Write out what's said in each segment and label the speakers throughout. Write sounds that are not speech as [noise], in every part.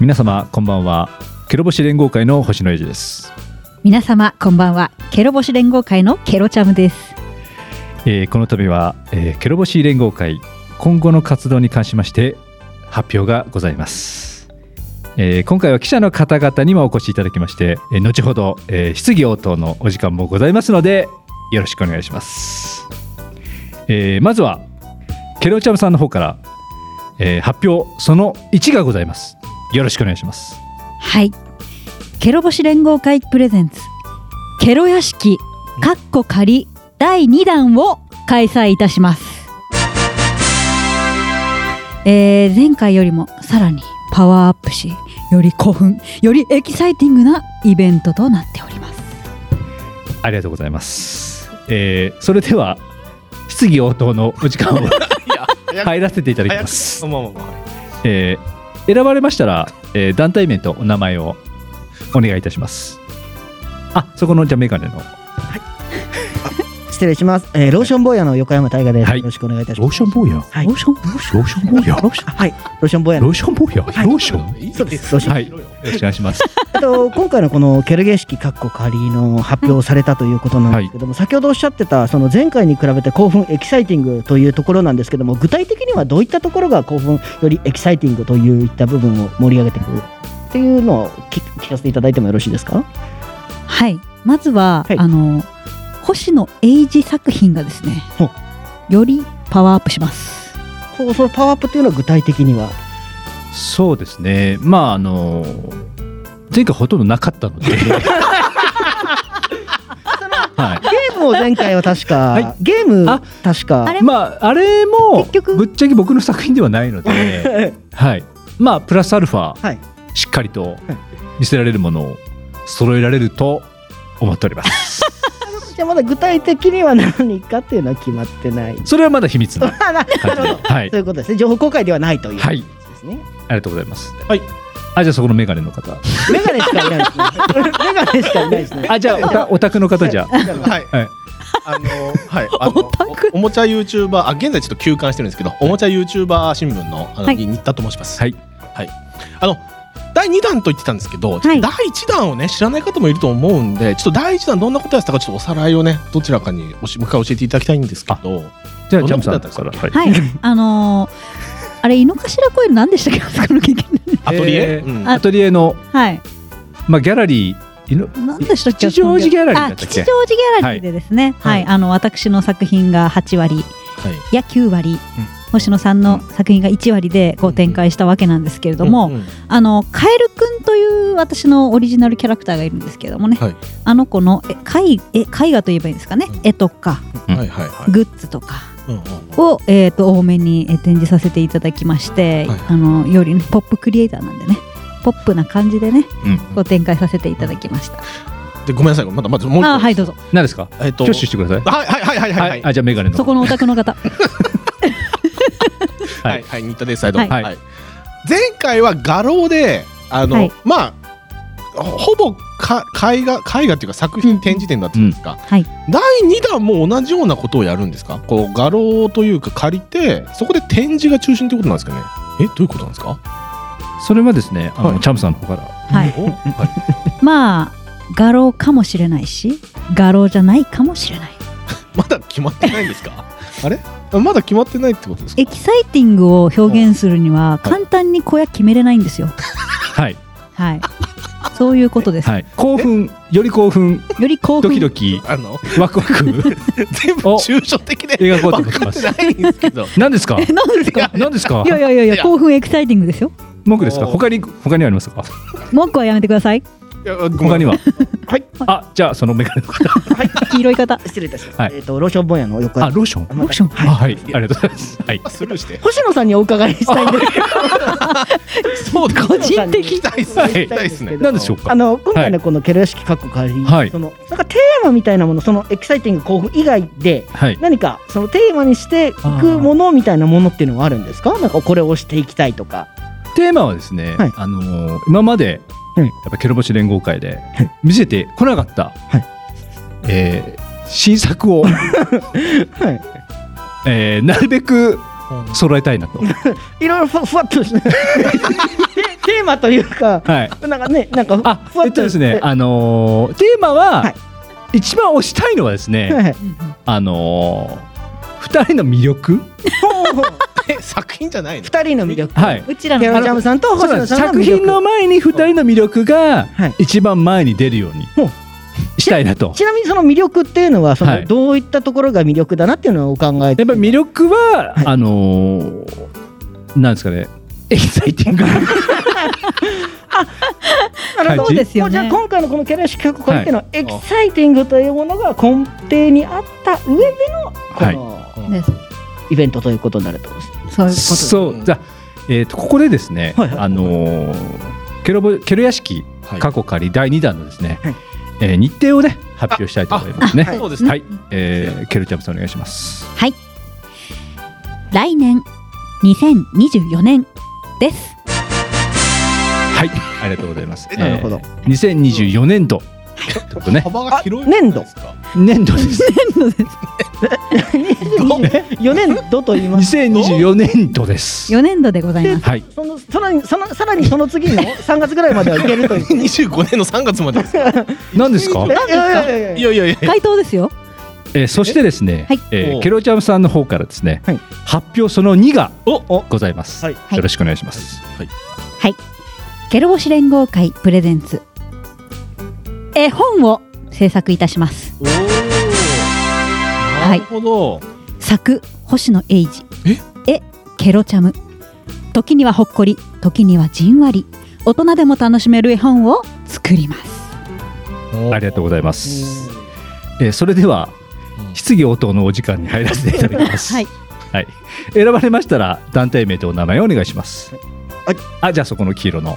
Speaker 1: 皆様こんばんはケロボシ連合会の星野英二です、
Speaker 2: 皆様こんばんはケロボシ連合会のケロチャムです
Speaker 1: えーこの度は、えーケロボシ連合会今後の活動に関しまして発表がございます、えー今回は記者の方々にもお越しいただきまして、えー後ほど、えー質疑応答のお時間もございますのでよろしくお願いします、えーまずはケロチャムさんの方から、えー発表その1がございますよろしくお願いします
Speaker 2: はいケロボシ連合会プレゼンツケロ屋敷かっこ仮第2弾を開催いたします、えー前回よりもさらにパワーアップしより興奮よりエキサイティングなイベントとなっております
Speaker 1: ありがとうございます。えーそれでは質疑応答のお時間を
Speaker 3: 早く
Speaker 1: 入らせていただきま
Speaker 3: 早
Speaker 1: す。
Speaker 3: くまあまあま
Speaker 1: えー選ばれましたら、えー団体名とお名前をお願いいたします。あ、そこのじゃあメガネの
Speaker 4: 失礼します。えー、ローション坊やの横山大河です、
Speaker 1: はい
Speaker 4: よろしくお願いいたし
Speaker 1: ロ
Speaker 4: ま
Speaker 1: ー
Speaker 4: す。
Speaker 1: ションボーヤ。ロ
Speaker 4: はい
Speaker 1: ーションローションボーヤ。ローション
Speaker 4: あはい、ローション坊や
Speaker 1: ロ
Speaker 4: の。
Speaker 1: ーションボーヤ。
Speaker 4: はい
Speaker 1: ローション。
Speaker 4: そうです。ローシ
Speaker 1: [laughs]
Speaker 4: ョン。
Speaker 1: はい、よろしくお願いします。
Speaker 4: あと今回のこのケルゲ式カッコ仮の発表をされたということなんですけども、先ほどおっしゃってたその前回に比べて興奮エキサイティングというところなんですけども、具体的にはどういったところが興奮よりエキサイティングといった部分を盛り上げていくっていうのを聞聞かせていただいてもよろしいですか？
Speaker 2: はい、まずは、
Speaker 4: はい
Speaker 2: あの星野英二作品がですね
Speaker 4: ほう
Speaker 2: よりパワーアップします
Speaker 4: こうそのパワーアップというのは具体的には、
Speaker 1: そうですね。まああの前回ほとんどなかったの
Speaker 3: [laughs]
Speaker 1: で。はい。
Speaker 4: ゲームを前回は確か、
Speaker 1: はい
Speaker 4: ゲーム
Speaker 1: あ
Speaker 4: 確か
Speaker 2: あれ
Speaker 1: まああれも
Speaker 2: 結局
Speaker 1: ぶっちゃけ僕の作品ではないので、はい、まあプラスアルファ、
Speaker 4: はい
Speaker 1: しっかりと見せられるものを揃えられると思っております
Speaker 4: じゃあまだ具体的には何かっていうのは決まってない。
Speaker 1: それはまだ秘密な
Speaker 4: あな
Speaker 1: 感じではい
Speaker 4: そういうことですね。情報公開ではないという。
Speaker 1: はい。
Speaker 4: ですね。
Speaker 1: ありがとうございますはいあじゃあそこのメガネの方
Speaker 4: メガネしかいないですね。メガネしかいないですね。
Speaker 1: あじゃあおたお宅の方じゃ
Speaker 4: はい。
Speaker 3: あはい
Speaker 1: はい
Speaker 3: あのはいあの
Speaker 2: オタク
Speaker 3: おおもちゃユーチューバーあ現在ちょっと休館してるんですけどおもちゃユーチューバー新聞のあの、
Speaker 2: はい
Speaker 3: 新田と申します
Speaker 1: はい
Speaker 3: はいあの第2弾と言ってたんですけど、
Speaker 2: はい
Speaker 3: 第1弾をね知らない方もいると思うんでちょっと第1弾どんなことやってたかちょっとおさらいをねどちらかにおしもう一回教えていただきたいんですけど
Speaker 1: じゃあ
Speaker 3: どん
Speaker 1: ジャ
Speaker 3: な
Speaker 1: ム
Speaker 3: こと
Speaker 1: さん
Speaker 3: だったんです
Speaker 1: か
Speaker 3: から
Speaker 1: はい
Speaker 2: はいあのーあれ井の頭公園何でしたっけあそこの劇団
Speaker 3: アトリエ、
Speaker 1: えー
Speaker 3: うん
Speaker 2: あ
Speaker 1: アトリエの
Speaker 2: はい
Speaker 1: まあギャラリーいの
Speaker 2: 何でしたっけ
Speaker 1: 吉祥寺ギャラリーだ
Speaker 2: あ
Speaker 1: ったっけ
Speaker 2: 吉祥寺ギャラリーでですね
Speaker 3: は
Speaker 2: はいい、
Speaker 3: は
Speaker 2: あの私の作品が8割
Speaker 3: はい
Speaker 2: や9割、星野さんの作品が1割でこう展開したわけなんですけれども、
Speaker 3: うんうん
Speaker 2: あのカエルくんという私のオリジナルキャラクターがいるんですけどもね、
Speaker 3: はい
Speaker 2: あの子の絵絵絵画といえばいいんですかね、
Speaker 3: うん
Speaker 2: 絵とか
Speaker 1: うん
Speaker 3: はいはいはい、
Speaker 2: グッズとか
Speaker 3: うんうん
Speaker 2: を、えー、と多めにえー展示させていただきまして、
Speaker 3: はい
Speaker 2: あのより、ね、ポップクリエイターなんでねポップな感じでね
Speaker 1: うん
Speaker 2: ご展開させていただきました、
Speaker 3: うんでごめんなさいまだまだもう一個
Speaker 2: あはいどうぞ
Speaker 1: 何ですか
Speaker 3: えっと
Speaker 1: 挙手してください
Speaker 3: はいはいはいはいはい
Speaker 1: はいあじゃあメガネの
Speaker 2: そこのお宅の方 [laughs]
Speaker 1: はい
Speaker 3: はい、はい、新田です。はいどうも
Speaker 1: は
Speaker 3: はいい。前回は画廊で、あの、
Speaker 2: はい
Speaker 3: まあ。ほぼか絵画絵画っていうか作
Speaker 2: うん
Speaker 3: 品展示展だったんですか、
Speaker 2: はい
Speaker 3: 第2弾も同じようなことをやるんですかこう画廊というか借りてそこで展示が中心ということなんですかねえどういうことなんです [laughs] か
Speaker 1: それはですねあ
Speaker 3: は
Speaker 1: の
Speaker 3: い
Speaker 1: チャムさんの方から
Speaker 2: はい
Speaker 3: おはい
Speaker 2: まあ画廊かもしれないし画廊じゃないかもしれない
Speaker 3: まだ決まってないんです [laughs] かあれまだ決まってないってことですか
Speaker 2: エキサイティングを表現するには簡単に小屋決めれないんですよ
Speaker 1: はい
Speaker 2: はいそういうことです、
Speaker 1: はい興奮より興奮
Speaker 2: より興
Speaker 1: ド
Speaker 2: 奮
Speaker 1: キドキ
Speaker 3: あの
Speaker 1: ワクワク
Speaker 3: 全部
Speaker 1: お
Speaker 3: 抽象的で
Speaker 1: 映画
Speaker 3: 分
Speaker 1: コート
Speaker 3: か
Speaker 1: ま
Speaker 3: って
Speaker 1: す
Speaker 3: ないんですけど
Speaker 1: 何ですか
Speaker 2: えなんですか
Speaker 1: 何ですか
Speaker 2: いやいやいやい
Speaker 3: い
Speaker 2: や
Speaker 3: や
Speaker 2: 興奮エキサイティングですよ
Speaker 1: 文句ですか
Speaker 3: おー
Speaker 1: 他に他にはありますか
Speaker 2: 文句はやめてください
Speaker 3: いやごめん
Speaker 1: 他には
Speaker 4: はい
Speaker 1: あじゃあそのメガネの方
Speaker 2: 黄色い
Speaker 4: [laughs]
Speaker 2: 方
Speaker 4: 失礼いたしました。
Speaker 1: はい
Speaker 4: えっとローション坊やの横
Speaker 1: あ
Speaker 4: 山。
Speaker 1: ローション
Speaker 4: ロ
Speaker 2: ーション
Speaker 1: あはいありがとうございますはい
Speaker 3: スルーして
Speaker 4: 星野さんにお伺いしたいんです
Speaker 1: [laughs]
Speaker 4: けど。
Speaker 3: そうだ
Speaker 2: 個人
Speaker 3: 行
Speaker 2: 的
Speaker 3: きたいっす
Speaker 1: は
Speaker 3: ね
Speaker 1: い
Speaker 3: 行きたいっすね
Speaker 1: 何でしょうか
Speaker 4: あの今回のこのケル式カッコ仮、
Speaker 1: はい
Speaker 4: そのなんかテーマみたいなもの、そのエキサイティング興奮以外で。
Speaker 1: はい
Speaker 4: 何かそのテーマにしていくものみたいなものっていうのはあるんですかなんかこれをしていきたいとか
Speaker 1: テーマはですね
Speaker 4: はい
Speaker 1: あのー今まで
Speaker 4: うん
Speaker 1: やっぱケロボシ連合会で
Speaker 4: い
Speaker 1: 見せてこなかった
Speaker 4: い
Speaker 1: えー新作を
Speaker 4: はい
Speaker 1: えーなるべく揃えたいなと
Speaker 4: いろいろふふわっとして [laughs] テテーマというか、
Speaker 1: はい。
Speaker 4: なんかね、なんかふ
Speaker 1: あ
Speaker 4: ふわ、
Speaker 1: えっとですね、
Speaker 4: は
Speaker 1: あのーテーマは、
Speaker 4: はい
Speaker 1: 一番推したいのはです
Speaker 4: い
Speaker 1: ね、
Speaker 4: はい
Speaker 2: うんうん
Speaker 1: あのー二人の魅力、
Speaker 3: え作品じゃないの
Speaker 4: 二人の魅力。
Speaker 1: はい。
Speaker 2: うちら
Speaker 4: ケロ
Speaker 2: の
Speaker 4: ちゃムさんと
Speaker 1: そう
Speaker 4: 星
Speaker 1: なん
Speaker 4: 野
Speaker 1: です
Speaker 4: さんの
Speaker 1: 作
Speaker 4: 魅力
Speaker 1: 品の前に二人の魅力が
Speaker 4: はい
Speaker 1: 一番前に出るように
Speaker 4: ほう
Speaker 1: したいなと。
Speaker 4: ちなみにその魅力っていうのはそ
Speaker 1: はい
Speaker 4: のどういったところが魅力だなっていうのをお考え
Speaker 1: やっぱり魅力は、
Speaker 4: はい
Speaker 1: あのーなんですかね、エキサイティングな。
Speaker 4: なるほど
Speaker 1: そうです
Speaker 2: よね
Speaker 4: じゃあ今回のこのキャリア式過去っていうのはエキサイティングというものが根底にあった上でのこ
Speaker 1: はい
Speaker 4: の
Speaker 2: ね
Speaker 4: イベントということになると思います。
Speaker 2: そういうことです
Speaker 1: そう、じゃあ、えっ、と、ここでですね、
Speaker 4: はいはい
Speaker 1: あのーケロボ、ケロ屋敷
Speaker 3: はい
Speaker 1: 過去仮第2弾のですね、
Speaker 4: はい
Speaker 1: えー日程をね、発表したいと思いますね。
Speaker 3: ああそうです
Speaker 1: ね。
Speaker 3: ね
Speaker 1: はい、えーケルチャムさんお願いします。
Speaker 2: はい来年2024年です
Speaker 1: はい、ありがとうございます。
Speaker 4: なるほど。
Speaker 1: えー。2024年度。ちょっとね、
Speaker 3: 幅が広いじゃないですか
Speaker 1: 年度 [laughs] です。
Speaker 4: 4年度と言いま
Speaker 1: [laughs]
Speaker 4: すと。
Speaker 1: 2024年度です。
Speaker 2: 4年度でございます
Speaker 1: はい、
Speaker 4: そのさらにそのさらにその次の3月ぐらいまではいけるという。
Speaker 3: 25年の3月までですか
Speaker 1: なんですか
Speaker 4: い。やいやいやいや
Speaker 3: [laughs] いやいやいや
Speaker 2: [laughs] 回答ですよ
Speaker 1: えーそしてですね、
Speaker 2: はい
Speaker 1: え
Speaker 3: お
Speaker 1: ー
Speaker 3: う
Speaker 1: ケロチャムさんの方からですね、
Speaker 4: はい
Speaker 1: 発表その2が
Speaker 3: お
Speaker 1: ございます。
Speaker 3: はい
Speaker 1: よろしくお願いします。
Speaker 3: はい
Speaker 2: ケロボシ連合会プレゼンツ絵本を制作いたします
Speaker 3: おーなるほど
Speaker 2: 作星野英二
Speaker 3: え
Speaker 2: 絵ケロチャム時にはほっこり時にはじんわり大人でも楽しめる絵本を作ります
Speaker 1: ありがとうございま
Speaker 4: う
Speaker 1: す。えーそれでは
Speaker 3: うん
Speaker 1: 質疑応答のお時間に入らせていただきます。
Speaker 2: はい。
Speaker 1: はい。選ばれましたら団体名とお名前をお願いします。
Speaker 4: はい。
Speaker 1: あ、じゃあそこの黄色の。
Speaker 4: ん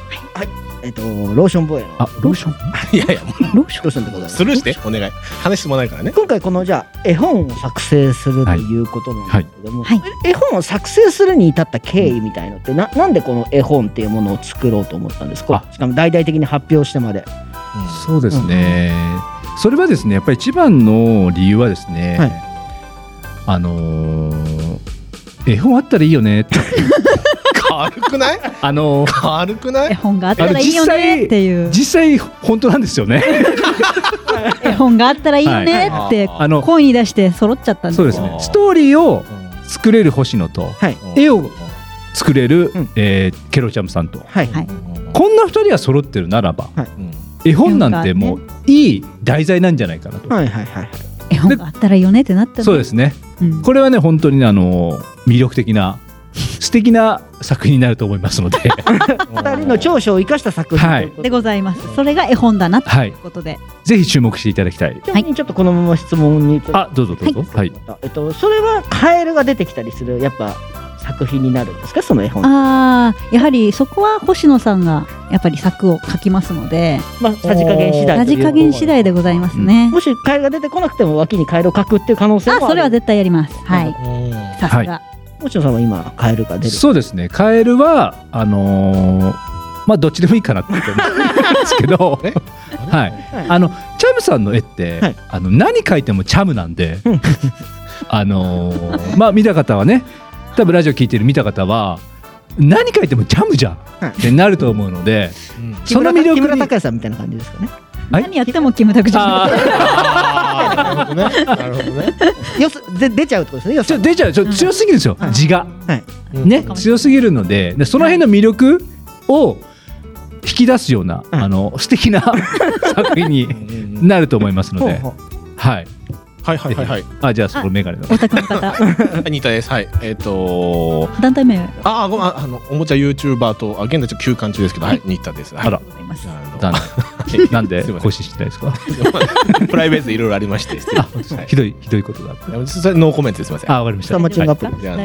Speaker 4: えっとローションボーイの
Speaker 1: あ、ローション。
Speaker 3: いやいやも
Speaker 4: ローションでございま
Speaker 3: う
Speaker 4: す
Speaker 3: ス。ルーしてお願い話してもないか
Speaker 4: [laughs]
Speaker 3: らね
Speaker 4: 今回このじゃあ絵本を作成するということなんですけども、
Speaker 2: はいは
Speaker 4: え絵本を作成するに至った経緯みたいのってななんでこの絵本っていうものを作ろうと思ったんですか
Speaker 1: あ
Speaker 4: しかも大々的に発表してまで
Speaker 1: そうですね。それはですね、やっぱり一番の理由はですね。
Speaker 4: は
Speaker 1: あのー絵本あったらいいよね [laughs] って。
Speaker 3: 軽くない
Speaker 1: あのー
Speaker 3: 軽くな
Speaker 2: 絵
Speaker 3: い
Speaker 2: 本があったらいいよねっていう
Speaker 1: 実際本当なんですよ
Speaker 4: [laughs]
Speaker 1: ね。
Speaker 2: 絵本があったらいいよね
Speaker 3: はい
Speaker 2: って
Speaker 1: あの、
Speaker 2: 声に出して揃っちゃったんです
Speaker 1: そう
Speaker 2: よ
Speaker 1: ですね。ストーリーを作れる星野と
Speaker 4: はい
Speaker 1: 絵を作れる、
Speaker 4: うん
Speaker 1: えーケロちゃんさんと。
Speaker 4: はい
Speaker 2: はい
Speaker 1: こんな二人が揃ってるならば、
Speaker 3: うん
Speaker 1: 絵本なんてもういい題材なんじゃないかなと。
Speaker 4: はいはいはい
Speaker 2: 絵本があったらいいよねってなったの
Speaker 1: そうですね。
Speaker 2: うん
Speaker 1: これはね本当にねあの魅力的な素敵な作品になると思いますの
Speaker 4: [laughs]
Speaker 1: で、
Speaker 4: 2人の長所を生かした作品
Speaker 1: はい
Speaker 4: ということ
Speaker 2: で
Speaker 4: で
Speaker 2: ございますそれが絵本だなとい、
Speaker 1: はいう
Speaker 2: ことで
Speaker 1: ぜひ注目していただきたい。
Speaker 4: ちなみにちょっとこのまま質問に
Speaker 1: あ、どうぞどうぞ。はい。
Speaker 4: えっと、それはカエルが出てきたりするやっぱ作品になるんですかその絵本
Speaker 2: ああやはりそこは星野さんがやっぱり作を書きますので
Speaker 4: まあさじ加減次第
Speaker 2: さ
Speaker 4: とい
Speaker 2: じ
Speaker 4: う
Speaker 2: 加減次第でございますね、
Speaker 4: もしカエルが出てこなくても脇にカエルを描くっていう可能性もあ
Speaker 2: あ
Speaker 4: る
Speaker 2: それは絶対やりますはい
Speaker 3: うん、
Speaker 2: さすが、
Speaker 4: 星野さんは今カエルが出る
Speaker 1: そうですね。カエルはあのーまあどっちでもいいかなって思うんですけど
Speaker 4: [laughs]
Speaker 3: え
Speaker 1: はい。あのチャムさんの絵って、
Speaker 4: はい
Speaker 1: あの何描いてもチャムなんで
Speaker 4: うん、
Speaker 1: [laughs] あのーまあ見た方はね、多分ラジオ聞いてる見た方は何描いてもチャムじゃんってなると思うので、
Speaker 3: うん
Speaker 4: 木村
Speaker 1: その魅力に
Speaker 4: 木村拓哉さんみたいな感じですかね
Speaker 1: はい
Speaker 2: 何やってもキムタクじゃ
Speaker 1: あー
Speaker 3: あーなるほどねなるほどね
Speaker 4: よすで出ちゃうってことですねよ
Speaker 1: ち
Speaker 4: そ
Speaker 1: ょ出ちゃうちょ強すぎるんですよ、
Speaker 4: はい
Speaker 1: 字が、
Speaker 4: はい
Speaker 1: ね強すぎるのででその辺の魅力を引き出すような、
Speaker 4: うん
Speaker 1: あの素敵な作品に
Speaker 3: うん
Speaker 1: なると思いますの
Speaker 4: ほう
Speaker 1: で、
Speaker 4: ほう
Speaker 1: はい
Speaker 3: はいはいはいはい
Speaker 1: あじゃあそのメガネの
Speaker 2: んお宅の方
Speaker 3: 似たですはいえっと
Speaker 2: 団体名あ
Speaker 3: ああごめんああのおもちゃユーチューバーとあ現在ちょっと休館中ですけどはい新田ですはい
Speaker 1: あら
Speaker 2: りがとうございます
Speaker 3: あの
Speaker 1: 残念なんです
Speaker 3: いませ
Speaker 1: 更
Speaker 3: ん
Speaker 1: 新してないですか
Speaker 3: プライベートでいろいろありまして失礼
Speaker 1: あひどいひどいことだった
Speaker 3: はいそれノーコメントですいません
Speaker 1: あわかりました
Speaker 4: 下町のアップ
Speaker 2: 大
Speaker 3: じゃあ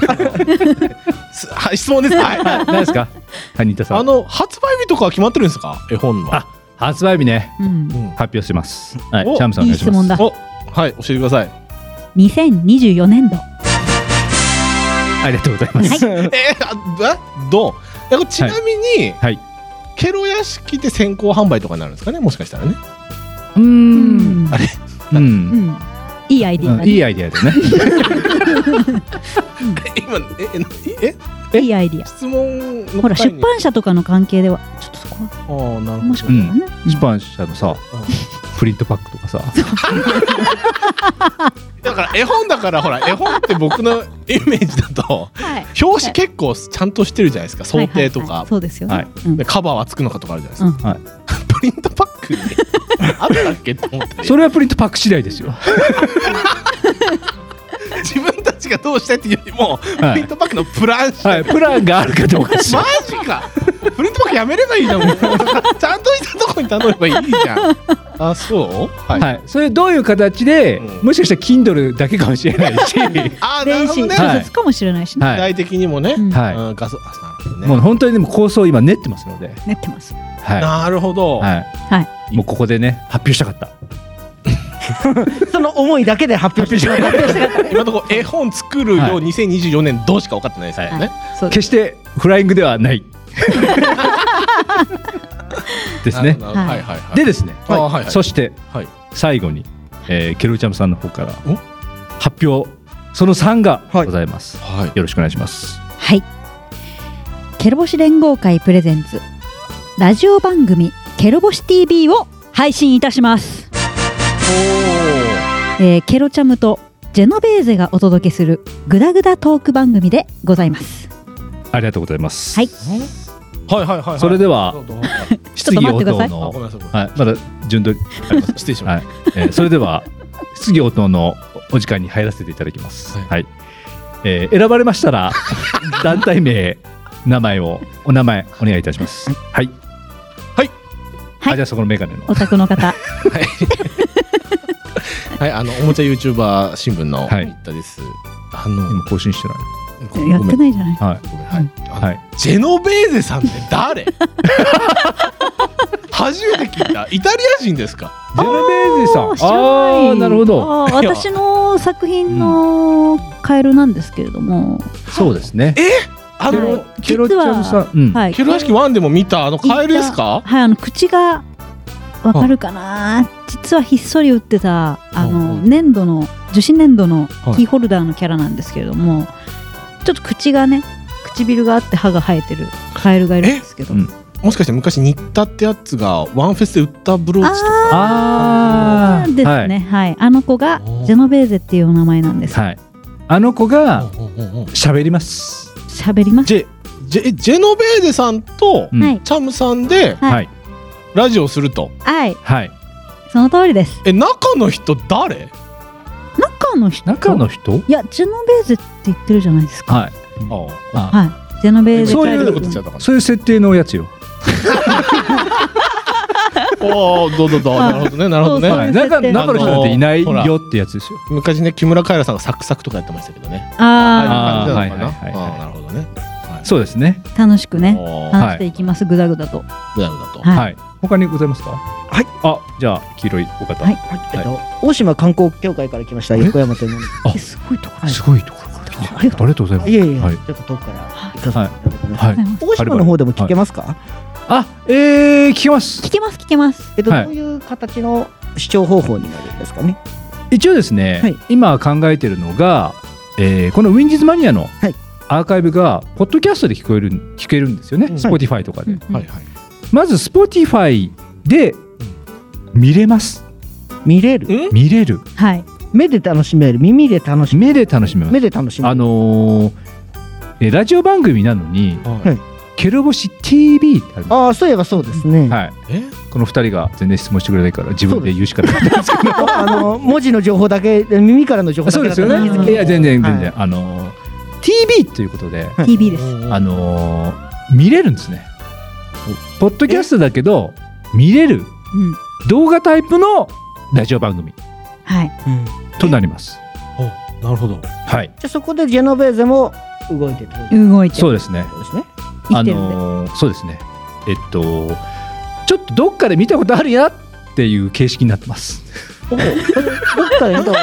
Speaker 2: 丈夫です
Speaker 3: すはい質問ですはい
Speaker 1: 何ですかはい新田さ
Speaker 3: あ
Speaker 1: ん
Speaker 3: の発売日とかは決まってるんですか絵本の
Speaker 1: あ発売日ね
Speaker 2: うん
Speaker 3: うん
Speaker 1: 発表しますはい
Speaker 3: お
Speaker 1: チャムさんお願いし
Speaker 2: いい質
Speaker 1: ま
Speaker 2: 問
Speaker 1: す
Speaker 2: だ
Speaker 3: おはい教えてください
Speaker 2: 2024年度
Speaker 1: ありがとうございます
Speaker 2: はい
Speaker 3: えー、あえどうえこれちなみに、
Speaker 1: はい
Speaker 3: ケロ屋敷で先行販売とかになるんですかねもしかしたらね
Speaker 1: うー
Speaker 2: うんん
Speaker 3: あれ
Speaker 1: うん
Speaker 2: うんいいアイディア
Speaker 1: う
Speaker 2: が
Speaker 1: ん
Speaker 2: ね
Speaker 1: いいアイデアでね
Speaker 3: 今ええええ
Speaker 2: いいアイディア
Speaker 3: 質問の
Speaker 2: ほら
Speaker 3: 答え
Speaker 2: 出
Speaker 3: に
Speaker 2: 版社とかの関係ではちょっとそこは
Speaker 3: ああなるほ
Speaker 2: も
Speaker 3: ど
Speaker 2: しかしたらね、
Speaker 1: 出版社のさプリントパックとかさ
Speaker 3: だから絵本だから
Speaker 2: [laughs]
Speaker 3: ほら絵本って僕のイメージだと
Speaker 2: はい
Speaker 3: 表紙結構ちゃんとしてるじゃないですか想定と
Speaker 2: はいはいは
Speaker 3: か
Speaker 2: いそうですよね、
Speaker 1: はい
Speaker 2: うん
Speaker 3: でカバーはつくのかとかあるじゃないです
Speaker 2: う
Speaker 3: か
Speaker 2: ん
Speaker 3: [laughs] プリントパッ
Speaker 2: [laughs]
Speaker 3: クにあったっけと思って
Speaker 1: それはプリントパック次第ですよ
Speaker 3: 自分たちがどうしたいっていうよりもプ
Speaker 1: はい
Speaker 3: リントパックのプランし
Speaker 1: はいプランがあるかどうかですよ
Speaker 3: マジかプリントパックやめればいいじゃんもうちゃんとしたとこに頼ればいいじゃんあそうはい、
Speaker 1: はい、それどういう形で、
Speaker 3: うん
Speaker 1: もしかしたら Kindle だけかもしれない
Speaker 3: [laughs]
Speaker 1: し、は
Speaker 3: あな
Speaker 2: 電
Speaker 3: るほ
Speaker 2: 子
Speaker 3: どね、
Speaker 1: はい
Speaker 2: 小説かもしれないしね、
Speaker 3: 具
Speaker 1: い、
Speaker 3: 体的にもね、
Speaker 2: うん
Speaker 1: はい
Speaker 3: うんガソあなるほどね
Speaker 1: もう本当にでも構想を今練ってますので、
Speaker 2: 練ってます
Speaker 1: は
Speaker 3: なるほど、
Speaker 1: い、はい、
Speaker 2: はい
Speaker 1: もうここでね発表したかった。
Speaker 4: その思いだけで発表してしまった。
Speaker 3: 今のところ絵本作る
Speaker 1: はい
Speaker 3: 量2024年どうしか分かってないですよね、
Speaker 2: そう
Speaker 1: 決してフライングでは
Speaker 3: [laughs]
Speaker 1: ない。ですね。
Speaker 3: なるほど
Speaker 2: は
Speaker 3: はいいはいはい
Speaker 1: でですね、
Speaker 3: あはいはい
Speaker 1: そして
Speaker 3: はい
Speaker 1: 最後に、えーケロチャムさんの方から
Speaker 3: お
Speaker 1: 発表その3がございます、
Speaker 3: はい
Speaker 1: よろしくお願いします。
Speaker 2: はい。ケロボシ連合会プレゼンツラジオ番組ケロボシ TV を配信いたします。えーケロチャムとジェノベーゼがお届けするグダグダトーク番組でございます。
Speaker 1: ありがとうございます。
Speaker 2: はい
Speaker 3: はいはいはいはい
Speaker 1: それでは
Speaker 3: どうぞどうぞ
Speaker 1: 質疑応答
Speaker 2: ち
Speaker 3: あごめん
Speaker 1: の
Speaker 3: なさいごめんなさ
Speaker 1: はいまだ順取りあります
Speaker 3: い失礼しまし
Speaker 1: えーそれでは質疑応答のお時間に入らせていただきます。は
Speaker 3: はいい、
Speaker 1: えー選ばれました [laughs] ら団体名名前をお名前お願いいたします。はい。
Speaker 3: はい。
Speaker 1: はい、じゃあそこのメガネの。
Speaker 2: お宅の方、
Speaker 3: たはいあのおもちゃ YouTuber 新聞の
Speaker 1: はい
Speaker 3: 新田ですあの
Speaker 1: 今更新してない。
Speaker 3: ごめん
Speaker 2: や
Speaker 3: ご
Speaker 2: っ
Speaker 3: め
Speaker 2: て
Speaker 3: ん
Speaker 2: ないじゃない。
Speaker 1: はい。
Speaker 3: ごめんはいあの
Speaker 1: はい。
Speaker 3: ジェノベーゼさんって誰初めて聞いたイタリア人ですか
Speaker 1: ジェノベーゼさん。
Speaker 2: 知らない
Speaker 1: あーなるほど。
Speaker 2: あー私の作品のカエルなんですけれども、
Speaker 1: そうですね。
Speaker 3: あ
Speaker 1: ケ
Speaker 2: は
Speaker 1: ロ
Speaker 3: の
Speaker 2: い
Speaker 1: ケロちゃんさん。うん。
Speaker 2: はい。
Speaker 3: ケロらしきワンでも見たあのカエルですか
Speaker 2: はい、あの口がわかるかな実はひっそり売ってたあの
Speaker 3: うんうん
Speaker 2: 粘土の樹脂粘土の
Speaker 1: はい
Speaker 2: キーホルダーのキャラなんですけれども、ちょっと口がね唇があって歯が生えてるカエルがいるんですけど、
Speaker 1: えうん
Speaker 3: もしかして昔新田ってやつがワンフェスで売ったブローチとか
Speaker 1: あ
Speaker 2: な
Speaker 1: あ。
Speaker 2: んですね、はいあの子がジェノベーゼっていうお名前なんです
Speaker 1: はい。はい。あの子が
Speaker 3: うんうんうんうん
Speaker 1: 喋ります。
Speaker 2: 喋ります
Speaker 3: ジェジェジェノベーゼさんと
Speaker 1: うん
Speaker 2: はい
Speaker 3: チャムさんで
Speaker 2: はい
Speaker 1: はい。
Speaker 3: ラジオすると
Speaker 2: はい
Speaker 1: はい。
Speaker 2: その通りです
Speaker 3: え中の人誰
Speaker 2: 中の人
Speaker 1: 中の人。
Speaker 2: いやジェノベーゼって言ってるじゃないですか
Speaker 1: はい。
Speaker 3: あ
Speaker 1: あ
Speaker 2: はいジェノベーゼ
Speaker 1: そういう
Speaker 3: こと言っちゃったか
Speaker 1: そういう設定のやつよ。
Speaker 3: らおおどうぞどうぞ
Speaker 2: はい
Speaker 3: なるほどねなるほ
Speaker 2: そう
Speaker 3: ど
Speaker 2: そう
Speaker 1: は
Speaker 3: ね
Speaker 1: い。中中の人なんていない
Speaker 3: あのー
Speaker 1: よってやつですよ。
Speaker 3: 昔ね木村カエラさんがサクサクとかやってましたけどね
Speaker 2: あ
Speaker 1: あー
Speaker 3: ああいう感じなのか
Speaker 1: はいはいはい
Speaker 3: な
Speaker 1: はい
Speaker 3: あーなるほどね
Speaker 1: そうですね。
Speaker 2: あ楽しくね
Speaker 3: おー
Speaker 1: あ
Speaker 2: 話していきます、ぐだぐだと
Speaker 3: グダグダと
Speaker 2: はい
Speaker 1: はい。他にございますか。はいあ、じゃあ黄色いお方。
Speaker 2: はい
Speaker 4: えっと大島観光協会から来ました横山というもので
Speaker 1: あ
Speaker 2: えすごいところ
Speaker 1: すごいところから来た。ありがとうございます。
Speaker 4: いえいえ、
Speaker 1: はい
Speaker 4: ちょっと遠くから行かせていただきます、
Speaker 1: はい。
Speaker 4: 大島の方でも聞けますか、
Speaker 1: あ、えー、聞きます
Speaker 2: 聞。けます聞けます
Speaker 4: えっと、
Speaker 1: はい
Speaker 4: どういう形の視聴方法になるんですかね
Speaker 1: 一応ですね、
Speaker 4: はい
Speaker 1: 今考えてるのが、えーこのウィンジズマニアの
Speaker 4: はい
Speaker 1: アーカイブがポッドキャストで聞こえる聞けるんですよね。
Speaker 3: うん
Speaker 1: Spotify とかで。
Speaker 2: うん
Speaker 3: はい
Speaker 1: まず Spotify で見れます。
Speaker 4: 見れる
Speaker 3: ん
Speaker 1: 見れる。
Speaker 2: はい
Speaker 4: 目で楽しめる耳で楽しめる
Speaker 1: 目で楽しめます。
Speaker 4: 目で楽しめ
Speaker 1: あ
Speaker 4: る
Speaker 1: のーえーラジオ番組なのに、
Speaker 3: はい
Speaker 1: ケロボシ TV ってある
Speaker 4: ああそういえばそうですね、
Speaker 1: はい、
Speaker 3: え
Speaker 1: この二人が全然質問してくれないから自分で言うしかない
Speaker 4: あの文字の情報だけ耳からの情報
Speaker 1: あ
Speaker 4: だ
Speaker 1: [laughs] そう
Speaker 4: け
Speaker 1: で
Speaker 4: だ
Speaker 1: す
Speaker 4: と
Speaker 1: よ
Speaker 4: 気づけな
Speaker 1: ね
Speaker 4: い
Speaker 1: いや全然
Speaker 4: はい
Speaker 1: 全然、あのー TV ということで、
Speaker 4: はい
Speaker 2: TV です
Speaker 1: あのー見れるんですねポッドキャストだけど見れる
Speaker 2: うん
Speaker 1: 動画タイプのラジオ番組
Speaker 2: はい
Speaker 4: うんじ
Speaker 1: となります
Speaker 3: おなるほど
Speaker 1: はい
Speaker 4: ゃあそこでジェノベーゼも動いてるってことで
Speaker 2: 動いて
Speaker 1: そう
Speaker 2: る
Speaker 1: ですね
Speaker 4: すね
Speaker 2: 生
Speaker 1: あ
Speaker 2: きてるんで、
Speaker 1: のーそうですねえっとちょっとどっかで見たことあるやっていう形式になってます
Speaker 4: どっかで見たこと